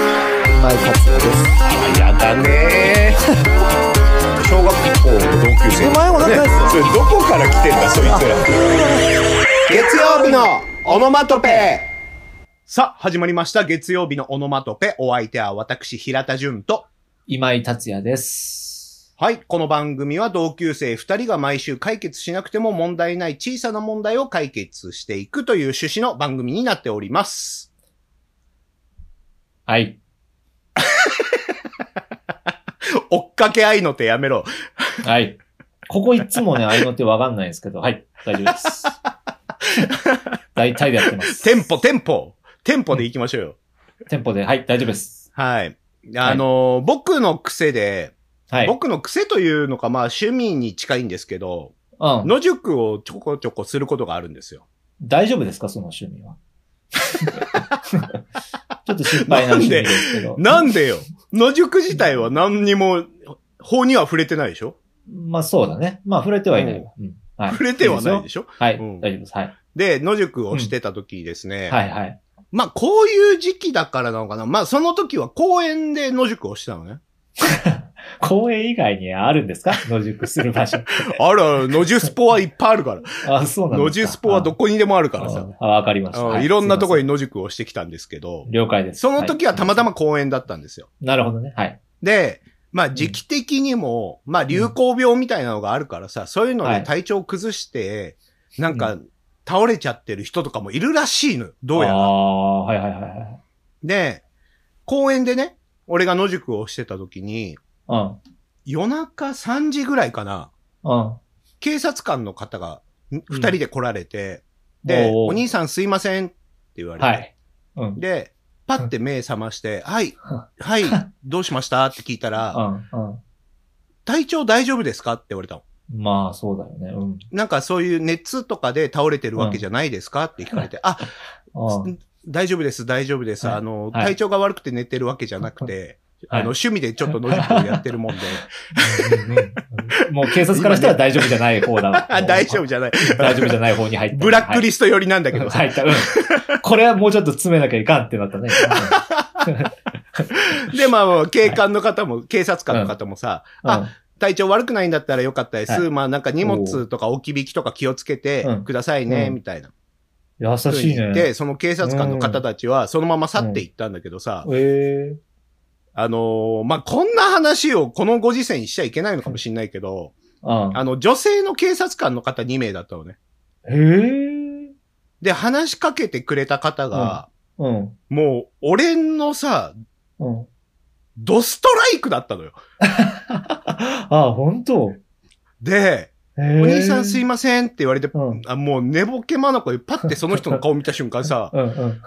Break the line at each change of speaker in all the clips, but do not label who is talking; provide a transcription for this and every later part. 今井達也です
やだねー小学校の同級生
お前も仲良いっすよ
それどこから来てんだそいつら
月曜日のオノマトペ
さあ始まりました月曜日のオノマトペお相手は私平田純と
今井達也です。
はい。この番組は同級生2人が毎週解決しなくても問題ない小さな問題を解決していくという趣旨の番組になっております。
はい。
追っかけ愛の手やめろ。
はい。ここいつもね、合いの手わかんないんですけど、はい。大丈夫です。大体でやってます。
テンポ、テンポ。テンポで行きましょうよ。
テンポで、はい、大丈夫です。
はい。あのー僕の癖で、
はい。
僕の癖というのか、まあ趣味に近いんですけど、
うん。
野宿をちょこちょこすることがあるんですよ。
大丈夫ですかその趣味は。 ちょっと心配な趣味ですけど。
なんでよ野宿自体は何にも、法には触れてないでしょ
まあそうだね。まあ触れてはいないわ。うん。はい。
触れてはないで
し
しょ
ょ。はい、
うん
大丈夫です。はい。
で、野宿をしてた時ですね。
はい、はい。
まあ、こういう時期だからなのかな。まあ、その時は公園で野宿をしてたのね。
公園以外にあるんですか野宿する場所。
あるある、野宿スポはいっぱいあるから。
あ、そうなんですか
野宿スポはどこにでもあるからさ。
あ、わかりました。
あ
はい
ろんなとこ
に
に野宿をしてきたんですけど、
了解です。
その時はたまた
ま。
ま公園だったんですよ。
なるほどね。はい。
で、まあ時期的にも、まあ流行病みたいなのがあるからさ、そういうの
は
で
い
体調崩して、なんか倒れちゃってる人とかもいるらしいのよ。どうや
あ
ら。
あ、はいはいはいはい。
で、公園でね、俺が野宿をしてた時に、
うん。
夜中3時ぐらいかな、
うん。
警察官の方がん二人で来られて、で、
おー
お兄さんすいませんって言われて、
はい。うん。うん。
で、パッて目覚まして、 はい、はい、どうしましたって聞いたら、
うん。
体調大丈夫ですかって言われたの。
まあ、そうだよね。うん。
なんかそういう熱とかで倒れてるわけじゃないですかって聞かれて、あ、
うん
大丈夫です、大丈夫です。
はい
あの、
はい
体調が悪くて寝てるわけじゃなくて、
はい
あの、趣味でちょっと野宿をやってるもんで、
うんもう警察からしたら大丈夫じゃない方だ。
あ 大丈夫
じ
じゃない。
ゃ大丈夫じゃない方に入った。
ブラックリ
ス
スト寄りなんだ
ト
けどさ。
入った。うん。これはもうちょっと詰めなきゃいかんってなったね。
で、まあもう、警官の方も、警察官の方もさ、
うん
あ、体調悪くないんだったらよかったです。
は
まあなんか荷物とか置き引きとか気をつけて
うん
くださいね、
うん
みたいな。
うん優しいね。
で、 その警察官の方たちはそのまま去っていったんだけどさ、
ええ。
あのーまあ、こんな話をこのご時世にしちゃいけないのかもしれないけど、
うん。
あの、女性の警察官の方2名だったのね。
へえ。
で、話しかけてくれた方が、
うん。
もう、俺のさ、
うん。
ドストライクだったのよ。
あ、本当
で、
お
お兄さんすいませんって言われて、
うん
あもう寝ぼけまなこでパッてその人の顔見た瞬間さ、
うんう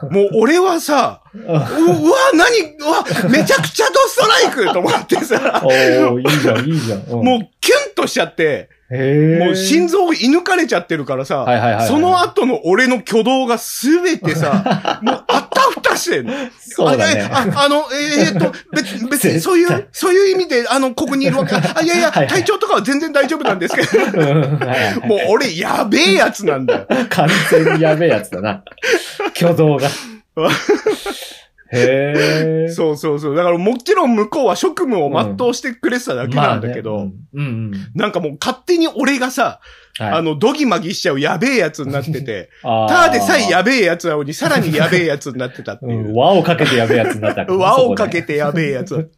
ん
もう俺はさ、
うん
う、うわ、何、うわ、めちゃくちゃドストライクと思ってさ、
おー、いいじゃん、いいじゃん。
も
う
うキュンとしちゃって、
ん、へー
もう心臓を射抜かれちゃってるからさ、
はいはいはいはい
その後の俺の挙動がすべて さ、もうあたふたしてんの。
そうだね。
あれああの、えー、っと、別、別に
絶対
そういう、そういう意味で、あの、ここにいるわけ。あ、いやいや、
はいはい
体調とかは全然大丈夫なんですけど、
うんはいはい
もう俺やべえやつな んだよ。
完全にやべえやつだな。挙動 が。へえ。
そうそうそう。だからもちろん向こうは職務を全うしてくれてただけなんだけど、
まあねうんうんうん。
なんかもう勝手に俺がさ、あ
の、
の、ドギマギしちゃうやべえやつになっ てて、
あー
ただでさえやべえやつなのに、さらにやべえやつになってたっ て
う
い
ん
う。
輪をかけてやべえやつになったからね
輪をかけ
そ
てやべえやつ。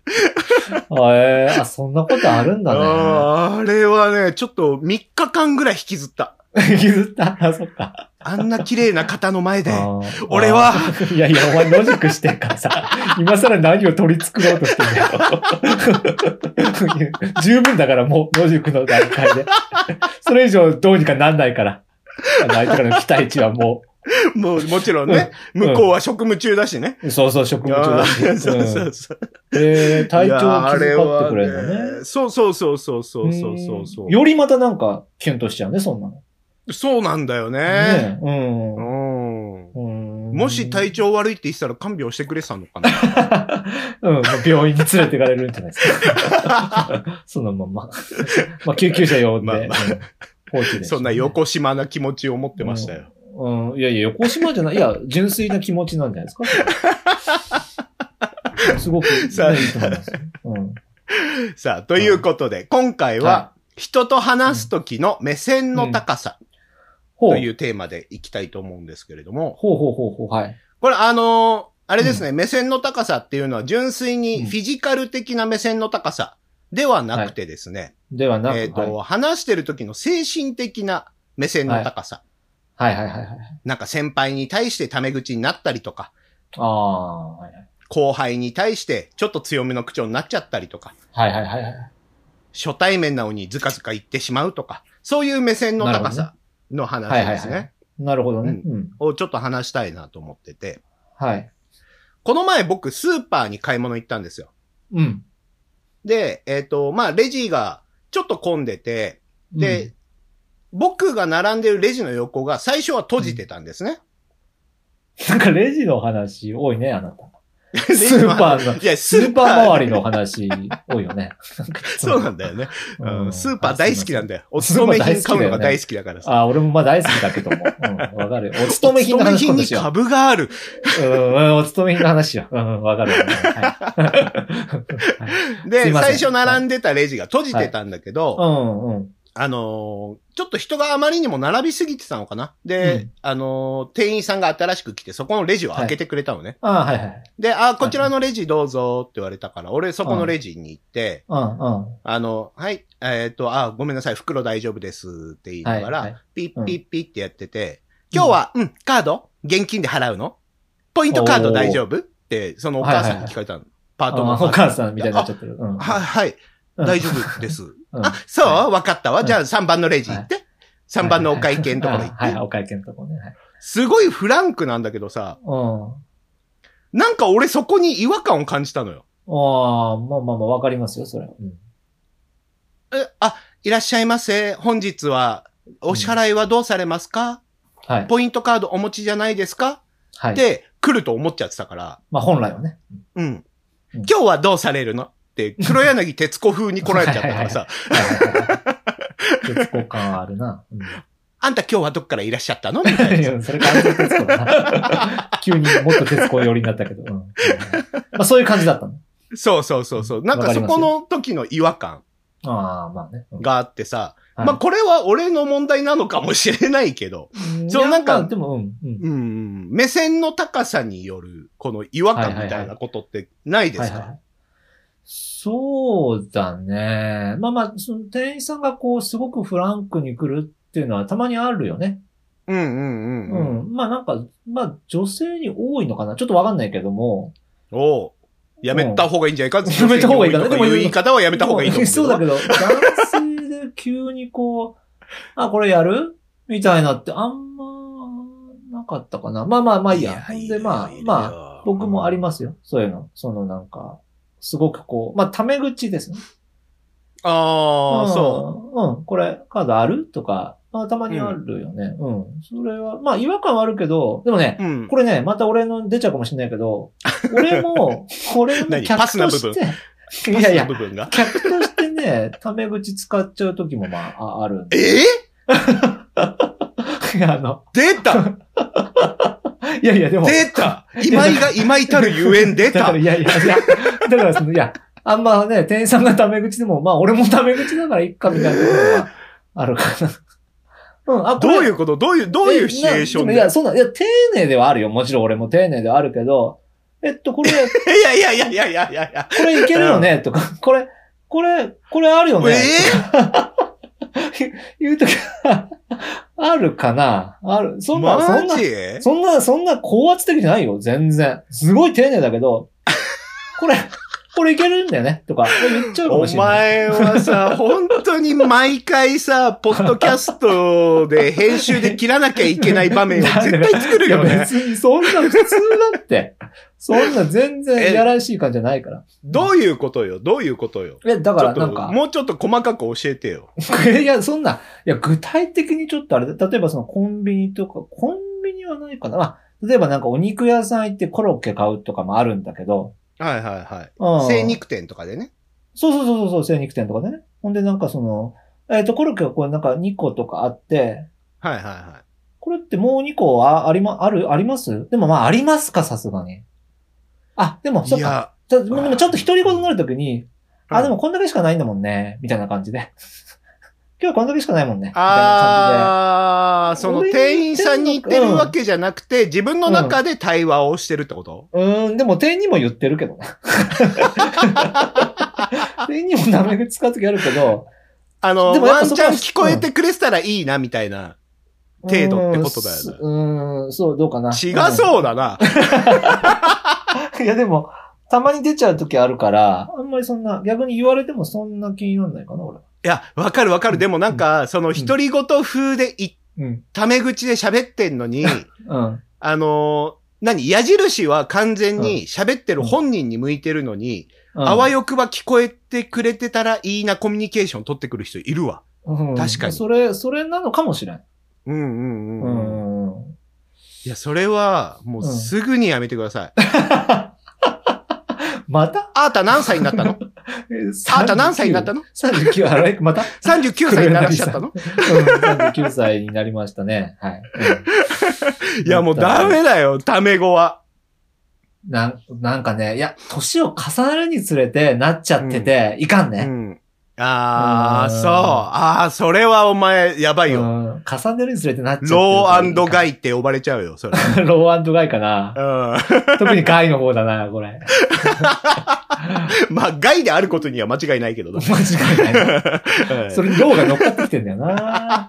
こでへーあ、そんなことあるんだね。
あーあれはね、ちょっと3日間ぐらい引きずった。
譲ったあ、そっか。
あんな綺麗な方の前で、
あー
俺は。
あ ーいやいや、お前野宿してるからさ、今更何を取り繕ろうとしてんだよ。 十分だからもう野宿の段階で。それ以上どうにかなんないから。あの相手からの期待値はも
もう、もちろんね、
ん
向こうは職務中だしね。
う、そうそう、職務中
あ
だし。
ーそうそううんそう。
えー、体調
いや
を
ー
気遣ってくれるのね
あ。れはそうそうそうそうそうそうそうそう。
んよりまたなんか、キュンとしちゃうね、そんなの。
そうなんだよね。
ねえうん
う。ん。
うん
もし体調悪いって言ってたら看病してくれてたのか な
うん、もう病院に連れていかれるんじゃないです か。そのまんま。まあ、救急車呼んで、
まあまあ
うん放置で、
そんな。横島な気持ちを持ってましたよ。
うん、いやいや、横島じゃない、いや、純粋な気持ちなんじゃないですか。すごくいいと思います。うん。
さあ、ということで、今回は、人と話すときの目線の高さ
ほう。
というテーマでいきたいと思うんですけれども、
ほうほうほうほう。はい。
これあのーあれですね、目線の高さっていうのは純粋にフィジカル的な目線の高さではなくてですね、
ではなく、
えっ、と、
はい
話してる時の精神的な目線の高さ、
はいはいはいはい。
なんか先輩に対してタメ口になったりとか、
ああ、はいはい
後輩に対してちょっと強めの口調になっちゃったりとか、
はいはいはいはい。
初対面なのにズカズカ言ってしまうとか、そういう目線の高さの話です
なるほどねはいはいはなるほどね。
ね。う
うん。
をちょっと話したいなと思ってて。
はい。
この前僕スーパーに買い物行ったんですよ。
うん。
で、えっ、と、まあ、レジがちょっと混んでて、で、
うん、
僕が並んでるレジの横が最初は閉じてたんですね。
なんかレジの話多いね、あなた。
レ
ス
ジの
ーパ
話
ーの、
いや、ス
スー
ーパ
パー
ー
周りの話多いよね。
そうなんだよね、 うんスーパー大好きなん
だ。
だよ。お勤め品買うのが大好きだからさ。
あ、俺もまあ大好きだけども。うん、わかる よ。お勤め品の
お
話今
勤め
度
に
しよ
株がある。
う。うんうん、お勤め品の話よ。うんうん、わかるよ。はいす
で、
いませ
最
ん
初並んでたレジが閉じてたんだけど、
うん、うん。
あのーちょっと人があまりにも並びすぎてたのかな。で、
うん
あのー店員さんが新しく来て、そこのレジを開けてくれたのね。
あはいはい。
で、あ、こちらのレジどうぞって言われたから、俺そこのレジに行って、
うん、うん。
あの、はい、えっ、と、あ、ごめんなさい、袋大丈夫ですって言いながら、
はいはい
ピ
う
ッ
ん
ピッピッってやってて、今日は、うん、カード現金で払うのポイントカード大丈夫って、そのお母さんに聞かれたの。パートの
あお母さんみたいになっちゃってる。うん。
は、はい、
うん
大丈夫です。
うん
あ、そう
は
わかったわ。じゃあ3番のレジ行って。3番のお会計のところ行
はいはい、
って。
お会計のところね。はい
すごいフランクなんだけどさ、
うん。
なんか俺そこに違和感を感じたのよ。
ああ、まあまあまあ、わかりますよ、それは。うん
え、あ、いらっしゃいませ。本日は、お支払いはどうされますか、
はい。
ポイントカードお持ちじゃないですか
は
っ
い。
て来ると思っちゃってたから、
まあ、本来はね。
うん。
うん
今日はどうされるのって、黒柳徹子風に来られちゃったからさ、
結構感はあるな。うん
あんた今日はどっからいらっしゃったのみたい
い
な
や
さ。
それ感じの徹子だな。急にもっと徹子寄りになったけど。うんうんまあ、そういう感じだったの。
そうそうそうそう。なんかそこの時の違和感
ああ、まあね。うん
があってさ、
はい
まあこれは俺の問題なのかもしれないけど、
うん
そう
いや
なんか
まあでも、うん。うん
うん、目線の高さによる、この違和感みたいなことってないです
はいは
か
いそうだね。まあまあ、その店員さんがこう、すごくフランクに来るっていうのはたまにあるよね。
うんうん
う
うんうん。
ん。まあなんか、まあ女性に多いのかな。ちょっとわかんないけども。
おうやめた方がいいんじゃないか
やめた方がいいかな
でも
でも
言い方はやめた方がいいと思う。
そうだ けど、男性で急にこう、あ、これやるみたいなってあんまなかったかな。まあまあまあいいや。ほんでまあ、まあ、
あ
僕もありますよ。そういうの。そのなんか、すごくこう、まあタメ口ですね。
ああ、そう。
うん。うん。これ、カードあるとか、まあ、たまにあるよね、うん。それは、まあ、違和感はあるけど、でもね、
うん
これね、また俺の出ちゃうかもしれないけど、俺も、これも
何
客
パスな
と
部
して、
分
いやいや
パスの、部分が。
客として ね、タメ口使っちゃう時もまあ、ああるん
え
で。
ー、
い や、あの、
出た
いやいや、でも。
出た今井が今井たるゆえん出
だか
た
ら、いやいや、いや、だからその、いや、あんまね、店員さんがタメ口でも、まあ、俺もタメ口だからいっか、みたいなところは、あるかな。 うん、あ、こ
ど
れ
ういうことどういう、どういうシチュエーション
え
で
ないや、そんな、いや、丁寧ではあるよ。もちろん俺も丁寧ではあるけど、えっと、これ、こ
いやいやいやいやいやいやいや。
れいけるよ ねとか、これ、これ、これあるよね
え
言うとき、あるかなある。そんな、そんな
マ、ジ
そんな、そんな高圧的じゃないよ。全然。すごい丁寧だけ ど、これ、これいけるんだよねとか、言っちゃうかも
お
しれない。
前はさ、本当に毎回さ、ポッドキャストで編集で切らなきゃいけない場面を絶対作る
いや
よね。
別にそんな普通だって。そんな全然いやらしい感じじゃないから。
どういうことよどういうことよ
え、だ
ち
か
ょ
ら
っ
なん
と、
か。
もうちょっと細かく教えてよ。
いや、そんな、いや、具体的にちょっとあれだ、例えばそのコンビニとか、コンビニはないかな。まあ、例えばなんかお肉屋さん行ってコロッケ買うとかもあるんだけど、
はいはいはい。
うん。
精肉店とかでね。
そうそうそうそう、精肉店とかでね。ほんでなんかその、えっ、と、コロッケがこうなんか2個とかあって、
はいはいはい。
これってもう2個はあありま、ある、ありますでもまあありますか、さすがに。あ、でも、そっ
い
か。
や、
たでもちょっと独り言になるときに、あ、でもこんだけしかないんだもんね、みたいな感じで。 今日こんだけしかないもんね。みたいな感
あー、その店員さんに言ってるわけじゃなくて、自分の中で対話をしてるってこと
じで。うーん、でも店員にも言ってるけ どな。店員にも名前使うときあるけど。
あの、
でもやっ
ワ
ぱ
ン
そ
チ
こは
ャン聞こえてくれてたらいいな、みたいな。程度ってことだよね
うーん、うんそう、どうかな。
違そうだな。
うん。いや、でも、たまに出ちゃうときあるから、あんまりそんな、逆に言われてもそんな気にならないかな、俺。
いや、わかるわかる。でもなんか、その独り言風でい、
うん。
タメ口で喋ってん のに、
うん。
あのー何矢印は完全に喋ってる本人に向いてるのに、あわ
よ、
よくば聞こえてくれてたらいいなコミュニケーション取ってくる人いるわ。
うん
確かに
それ、それなのかもしれん。
うんう
う
んうん。
ん。
うん、いや、それは、もうすぐにやめてください。
また
あーた何歳に な ったのあーた何歳になった
の
の
?39、あれまた
?39 歳にならしちゃったの
うん、39歳になりましたね。はい。うん
いや、もうダメだよ、タメ語は。
なん、なんかね、いや、年を重ねるにつれてなっちゃってて、いかん
う
ね。
ん。ああ、
う
そ
ん
う。ああ、それはお前、やば
う
いよ。
ん重ねるにつれてなっちゃってる
ローガ
イ。
イって呼ばれちゃうよ、それ。
ローガイかな
う。ん。
特にガイの方だな、これ。
まあ、ガイであることには間違いないけどな。
間違いない。
はい
それにローが乗っかってきてんだよ な。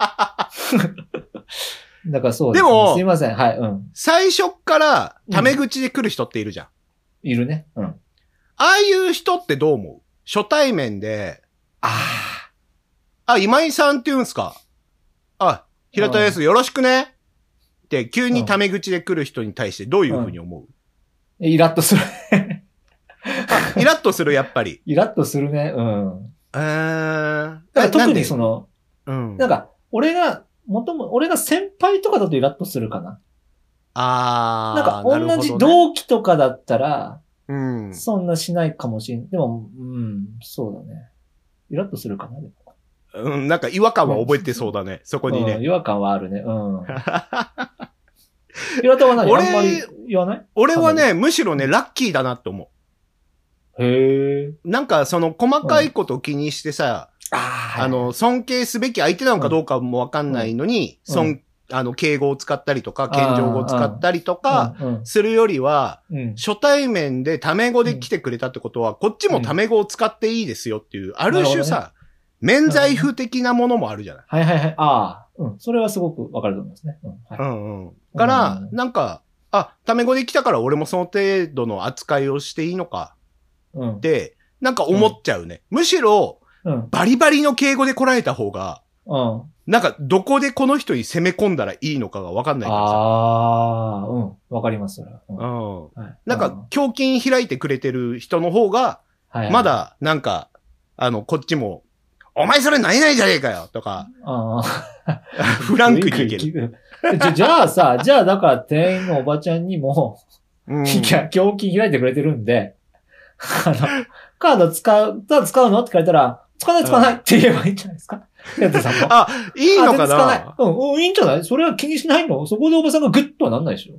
だからそうすね
でも
すいません。はい、うん。
最初っから、タメ口で来る人っているじゃん。
いるね。うん。
ああいう人ってどう思う初対面で、
あ
あ、今井さんって言うんすかあ、平田です、よろしくねって、急にタメ口で来る人に対してどういうふうに思う、
あ、イラッとする。
あイラッとする、やっぱり。
イラッとするね。うん。
えー、
だから特にその、
の、うん
なんか、俺が、もとも、俺が先輩とかだとイラッとするかな。
あ
なんか、
ー
同
な
じ
るほどね
同期とかだったら、
うん。
そんなしないかもしん。でも、うん、そうだね。イラッとするかな。でも
うん、なんか違和感は覚えてそうだね。そこに
う
ね
ん。違和感はあるね。うん。平田は何
俺
あんまり言わない
俺はね、むしろね、ラッキーだなって思
へえ。
う。なんか、その、細かいことを気にしてさ、
あ
あ、の、尊敬すべき相手なのかどうかもわかんないのに、
うん
尊
う
あの、敬語を使ったりとか、謙譲語を使ったりとか、
うん、
するよりは、
うん。
初対面でタメ語で来てくれたってことは、こっちもタメ語を使っていいですよっていう、ある種さ、免罪符的なものもあるじゃない。
はいはいはい。ああ、うん。それはすごくわかると思いますね。うん。はい
うんうん。から、
うん
なんか、あ、タメ語で来たから俺もその程度の扱いをしていいのか
うん
って、なんか思っちゃうね。むしろ、
うん。うん。
バリバリの敬語で来られた方が、
あ
なんか、どこでこの人に攻め込んだらいいのかがわかんないからさ。
あー、うん。わかります、それは。うん
うん。
はい
なんか、、胸筋開いてくれてる人の方が、
はい
ま、だ、なんか、あの、こっちも、お前それ何々じゃねえかよ とか、
あー
フランクにいける。
じゃじゃあさ、じゃあだから店員のおばちゃんにも、
うん
いや、胸筋開いてくれてるんで、あの、カード使う、ただ使うのって聞かれたら、使わない使わないって言えばいいんじゃないですかやってさんも。
あ、いいのか
あ全然使わない
な
うん、うん、いいんじゃないそれは気にしないのそこでおばさんがグッとはなんないでしょ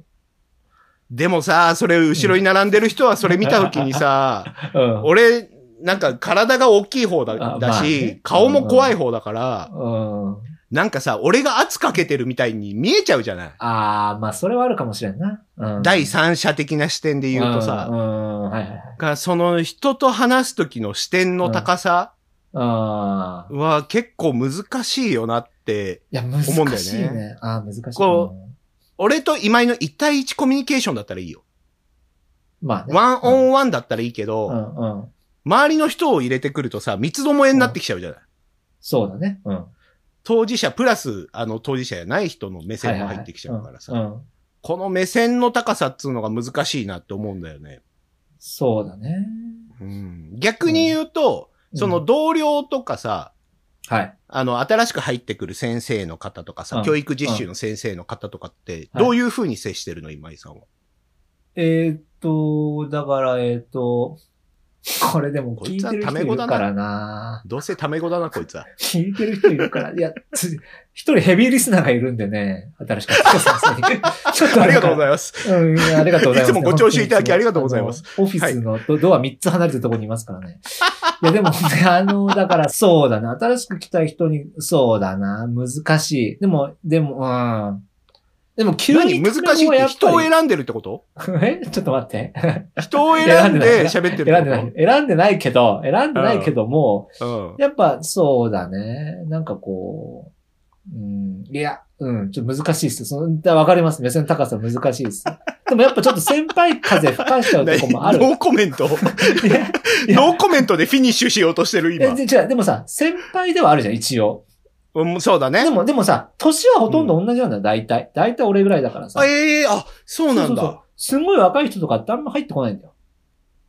でもさ、それ、後ろに並んでる人はそれ見たときにさ、
うん。
俺、なんか体が大きい方だ
あ
だし、
まあね
顔も怖い方だから、
うん。
なんかさ、俺が圧かけてるみたいに見えちゃうじゃない、
あー、まあ、それはあるかもしれんな。うん。
第三者的な視点で言うとさ、
うん、うんはいはいはい。
がその人と話す時の視点の高さ
あー。
は結構難しいよなって、
いや、難しい
思うんだ
ね。
よ
あー、難しい。
こ俺と今井の1対1コミュニケーションだったらいいよ。
うんまあね。
ワンオンワンだったらいいけど、
うん、うん。
周りの人を入れてくるとさ、三つどもえになってきちゃうじゃない、
そうだね。うん。
当事者プラス、あの、当事者じゃない人の目線も入ってきちゃうからさ。
はいはいはいうんうん
この目線の高さっつうのが難しいなって思うんだよね。
そうだね。
うん、逆に言うと、その同僚とかさ、
はい。
あの、新しく入ってくる先生の方とかさ、
うん
教育実習の先生の方とかって、
はい
どういう風に接してるの、今井さんは。
えーっと、だから、えーっと、これでも聞いてる人いるからな
どうせタメ語だな、こい つは。
聞いてる人いるから。いや、つ一人ヘビーリスナーがいるんでね。新しかった先生に。ちょっと
ありがとうご
い
ざいます。
ます。うん、ありがとうございます。
いつもご聴取いただきありがとうございます
あの。オフィスのド,、ドア3つ離れてるところにいますからね。いや、でもね、あの、だから、そうだな。新しく来た人に、そうだな。難しい。でも、でも、うん。でも、急
何
に
難しいって人を選んでるってこと
えちょっと待って。
人を選ん で喋ってる
選ん
って
でない
こ。
選んでないけ ど、選んでないけども、
と
やっぱそうだね。なんかこう、うん、いや、うん、ちょっと難しいっす。その、だわかります。目線の高さ難しいっ す。でもやっぱちょっと先輩風吹かしちゃ
う。
うんと
何
こもある。い
ノーコメント。
やいや
ノーコメントでフィニッシュしようとしてる
いや
今。
で違う。でもさ、先輩ではあるじゃん、一応。
うんそうだ
で
ね。
も、でもさ、年はほとんど同じなんだよ、大体。大体俺ぐらいだからさ。
あ、ええあ、そうな
そ
ん
うそうそう
だ。
すごい若い人とかってあんま入ってこないんだよ。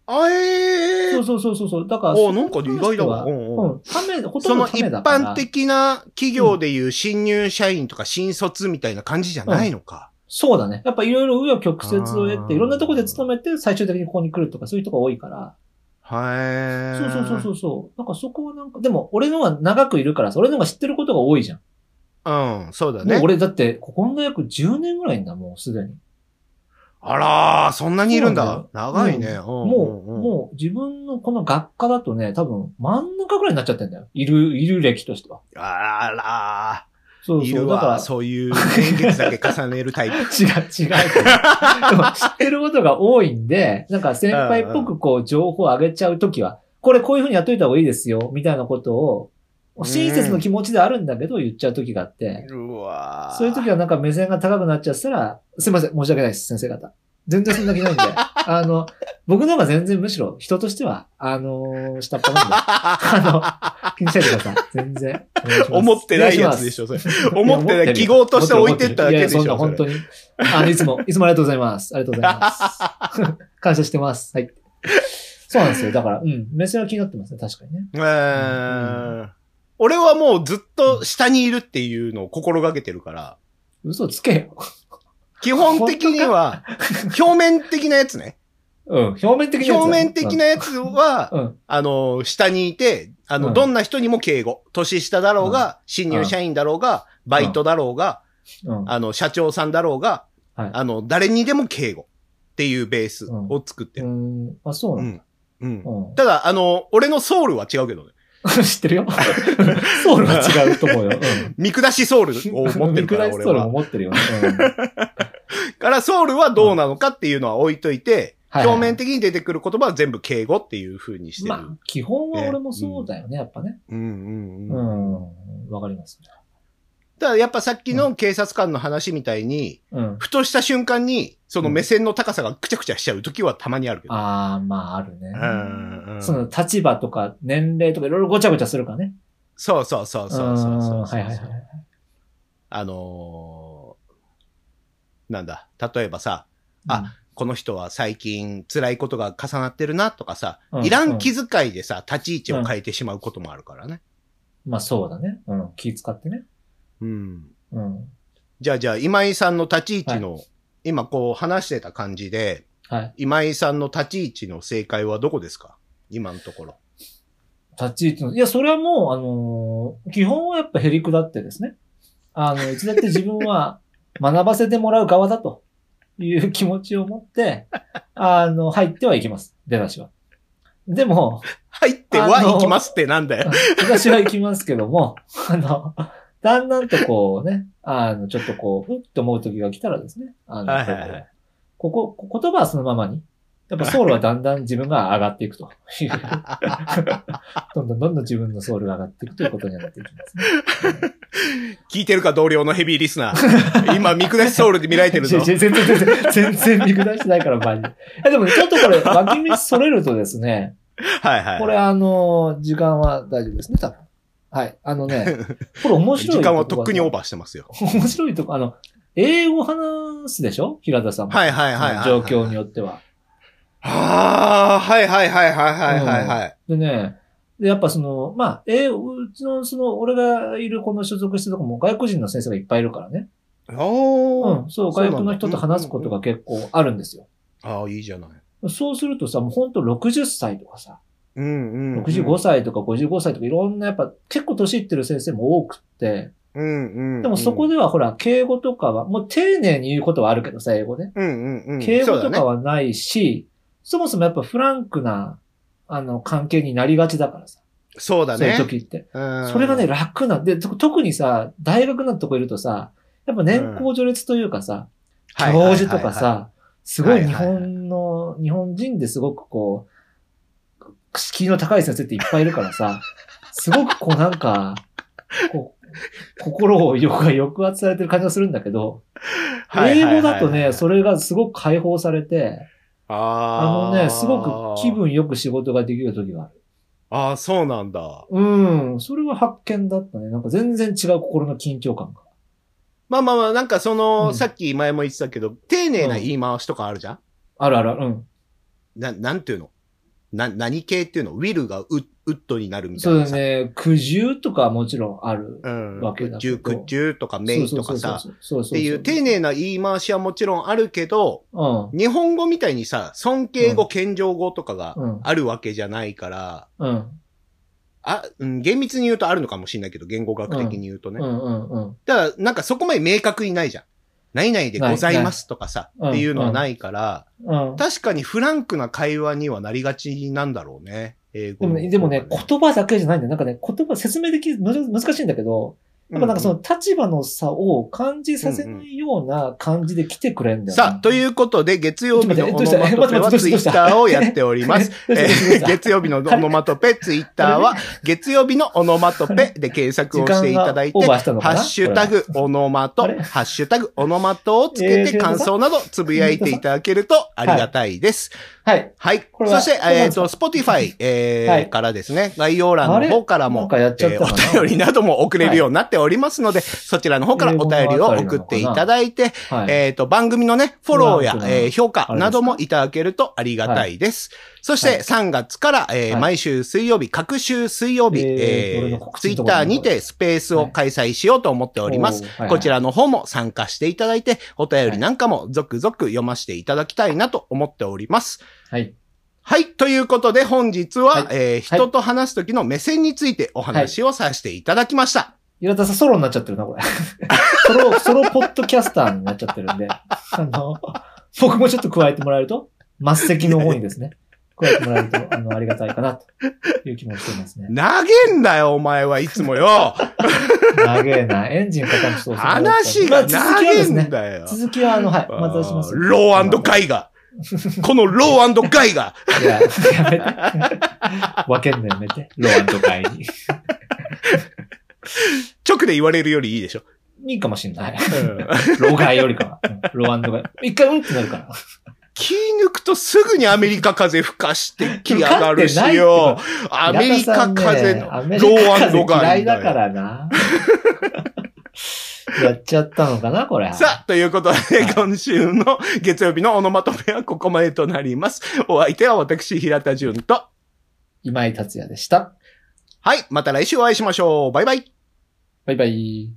あ、ええ
そうそうそうそうそう。だから、
あ、なんか意外だわ。
う。
うんんうん
うん。ため、ほと
そ
んど
の
た
一
めだから。
般的な企業でいう新入社員とか新卒みたいな感じじゃないのか。
そうだね。やっぱいろいろ紆余曲折を得
あ
て、
ー
いろんなとこで勤めて、最終的にここに来るとか、そういう人が多いから。
はい。
そうそうそうそうそう。なんかそこはなんか、でも俺のは長くいるからさ、俺のが知ってることが多いじゃん。
うん、そうだ
もう
ね。
俺だって、ここの約10年ぐらいんだ、もうすでに。
あらー、そんなにいるんだ。
そ
長いね。
うん
も
もう、もう自分のこの学科だとね、多分真ん中ぐらいになっちゃってんだよ。いる、いる歴としては。
うん。あら
そ
ー、
う
い
そう。
る
だから
わ。、そういう年月だけ重ねるタイプ。
違う、違うけど。でも知ってることが多いんで、なんか先輩っぽくこう情報を上げちゃうときは、これこういうふうにやっといた方がいいですよ、みたいなことを、親切の気持ちであるんだけど言っちゃうときがあって、
うわー
そういうときはなんか目線が高くなっちゃったら、すいません、申し訳ないです、先生方。全然そんな気ない んで。あの、僕の方が全然むしろ人としては、あのー下っ端なんで、あの、気にしないでください。全然。お願いします
思ってないやつでしょ、それ。思ってない
や
記号として置いてっただけでしょ
いやいやそんな本当に。あの、いつも、いつもありがとうございます。ありがとうございます。感謝してます。はい。そうなんですよ。だから、うん。目線は気になってますね。確かにね。
えー俺はもうずっと下にいるっていうのを心がけてるから、
嘘つけよ。
基本的には、表面的なやつね。
うん。表面的なやつだ
表面的なやつは、
うん。
あの、下にいて、あの、
うん
どんな人にも敬語。年下だろうが、新入社員だろうが、バイトだろうが、
うん。
あの、社長さんだろうが、
はい
あの、誰にでも敬語っていうベースを作って
う
る。
ん。あ、そう
う
なん
ん。うん。
うん。
ただ、あの、俺のソウルは違うけどね。
知ってるよ。ソウルは違うと思うよ。うん。
見下しソウル を持ってるから、
見下し
俺
ソウルも
は。
持ってるよね。うん
から、ソウルはどうなのかっていうのは置いといて、
はいはい
表面的に出てくる言葉は全部敬語っていう風にしてる。
まあ、基本は俺もそうだよね、やっぱね。
うんうん
う
うん。
ん。わかります。
ただ、やっぱさっきの警察官の話みたいに、
うん。
ふとした瞬間に、その目線の高さがくちゃくちゃしちゃう時はたまにあるけど。
ああ、まああるね
うんうんう。ん
その立場とか年齢とかいろいろごちゃごちゃするからね。
そうそうそうそうそうそう
うんはいはいはい。
あのーなんだ、例えばさ、あこの人は最近辛いことが重なってるなとかさ、
うん
いらん気遣いでさ、立ち位置を変えてしまうこともあるからね。
うん、まあそうだね。うん。気使ってね。
うん。
うん。
じゃあじゃあ、今井さんの立ち位置の、今こう話してた感じで、
はい。
今井さんの立ち位置の正解はどこですか今のところ。
立ち位置の、いや、それはもう、あのー基本はやっぱへりくだってですね。あの、いつだって自分は学ばせてもらう側だという気持ちを持って、あの、入ってはいきます。出だしは。でも、
入って
あのー
は行きますってなんだよ。
私は行きますけども、 あの、だんだんとこうね、あの、ちょっとこう、うんって思う時が来たらですね、あの、
はいはいはい
ここ、こ言葉はそのままに、やっぱソウルはだんだん自分が上がっていくと いうどんどんどんどん自分のソウルが上がっていくということになっていきますね。
聞いてるか同僚のヘビーリス ナー。今、見下しソウルで見られてるぞ。
全然、全然、全然見下してないから、前に。えでもね、ちょっとこれ、脇道それるとですね、
はいはい。
これあの、時間は大丈夫ですね、多分。はい。あの ね、これ面白いとこがね。
時間はとっくにオーバーしてますよ。
面白いとこ、あの、英語を話すでしょ平田さんも。
はいはいはいはい。
状況によっては。
ああ、はいはいはいはいはいはいはい。
でね、で、やっぱその、まあ、英語、うちの、その、俺がいるこの所属してるとこも外国人の先生がいっぱいいるからね。
お
うん、そう、
そう
外
なんだ
国の人と話すことが結構あるんですよ。
ああ、いいじゃない。
そうするとさ、もうほんと60歳とかさ、
うんうんうん。
65歳とか55歳とかいろんなやっぱ結構年いってる先生も多くって、
うんうんうん。
でもそこではほら、敬語とかは、もう丁寧に言うことはあるけどさ、英語で。
うんうんうん、
敬語
そ
とか
うだね
はないし、そもそもやっぱフランクな、あの、関係になりがちだからさ。
そうだね。
そういう時って。
うん
それがね、、楽なんで、と特にさ、大学のとこいるとさ、やっぱ年功序列というかさ、
はい
教授とか、
はい
さ、すごい日
はいはいは
本の、日本人ですごくこう、敷居の高い先生っていっぱいいるからさ、すごくこうなんか、こう、心をよく抑圧されてる感じがするんだけど、
はいはいは
英
い
語だとね、それがすごく解放されて、あ
あ
の
ー
ね、すごく気。分よく仕事ができる時がある。
ああ、そうなんだ。
うん、それは発見だったね。なんか全然違う心の緊張感が。
まあまあまあ、なんかその、
うん
さっき前も言ってたけど、丁寧な言い回しとかあるじゃん、
あるあるある、うん。
な、なんていうのな、何系っていうのウィルがウッウッドになるみたい
そう
な
で
さ。
す。ね、苦渋とかはもちろんある。
うん。
わけだけど
中空中とかメインとかさ、っ
そうそうそうそう、
ていう丁寧な言い回しはもちろんあるけど、
うん。
日本語みたいにさ、尊敬語、謙譲語とかが
うん
あるわけじゃないから、
うん。
あ、うん、厳密に言うとあるのかもしれないけど、言語学的に言うとね。
うんうんうん。
だから、なんかそこまで明確にないじゃん。何々でございますとかさ、
ない
っていうのはないから、
うん。
確かにフランクな会話にはなりがちなんだろうね。英
で
語
も
の
ね、でもね、
方が
言葉だけじゃないんだよ。なんかね、言葉説明できる、むず難しいんだけど、やっぱなんかその立場の差を感じさせないような感じで来てくれんだよね、
さあ、ということで、月曜日の
ち
オ
ょっ
ノ
と
マ
待って
トペ
え
は
どうした
ツイ
どうした
ッターをやっております。
えどうしたどう
え
した
ー月曜日のオノマ トペ、ツイッターは、月曜日のオノマトペで検索をしていただいて、
時間がオー
ハ
バーしたのかな
ッシュタグオノマト、
あ
ハ
れ
ッシュタグオノマトをつけ
えー
て感想などつぶやいていただけるとありがたいです。
はい。
はい。
これは
そして、
これは
えっと、Spotify えー
はい
からですね、概要欄の方から
なん
も、
かやっちゃっ
え
た
ー
かな。
お便りなども送れるようになっておりますので、そちらの方からお便りを送っていただいて、
はい。
えっ、と、番組のね、フォローや
フォロー、
えー評
あ
価
れですか
などもいただけるとありがたいです。そして、
はい
3月から、えー
はい
毎週水曜日、各週水曜日、
えー
え
俺の告
ツイ
知のと
ッ
ころ
ターにてスペースを開催しようと思っております。
おーはいはい
こちらの方も参加していただいて、お便りなんかも続々読ませていただきたいなと思っております。
はい。
はい。ということで、本日は、
はい
えー人と話す時の目線についてお話をさせていただきました。
平田さん、ソロになっちゃってるな、これ。ソロ、ソロポッドキャスターになっちゃってるんで、あの、僕もちょっと加えてもらえると、末席の方にですね、加えてもらえると、あの、ありがたいかな、という気もしていますね。
投げんだよ、お前はいつ もよ。
長えな、エンジンかかるそうそう
話
まあ
が
続きはです
投げん
ね、
だよ。
続きは、あの、はい、
あー
またします。
ローガイが。このローガイが。
いや、やめて。 分けんのやめて。ローと会に。
直で言われるよりいいでしょ。
いいかもしんない。ロー会よりかは。うんロー会。一回うんってなるから。
気抜くとすぐにアメリカ風吹かしてきやがるし
受
よ
か。
アメリカ風の
ロ
ロー
ー
ガイ
嫌いだからな。 やっちゃったのかな、これ。
さあ、ということ
は
で、
い
今週の月曜日のオノマトペはここまでとなります。お相手は私、平田純と。
今井達也でした。
はい、また来週お会いしましょう。バイバイ。
バイバイ。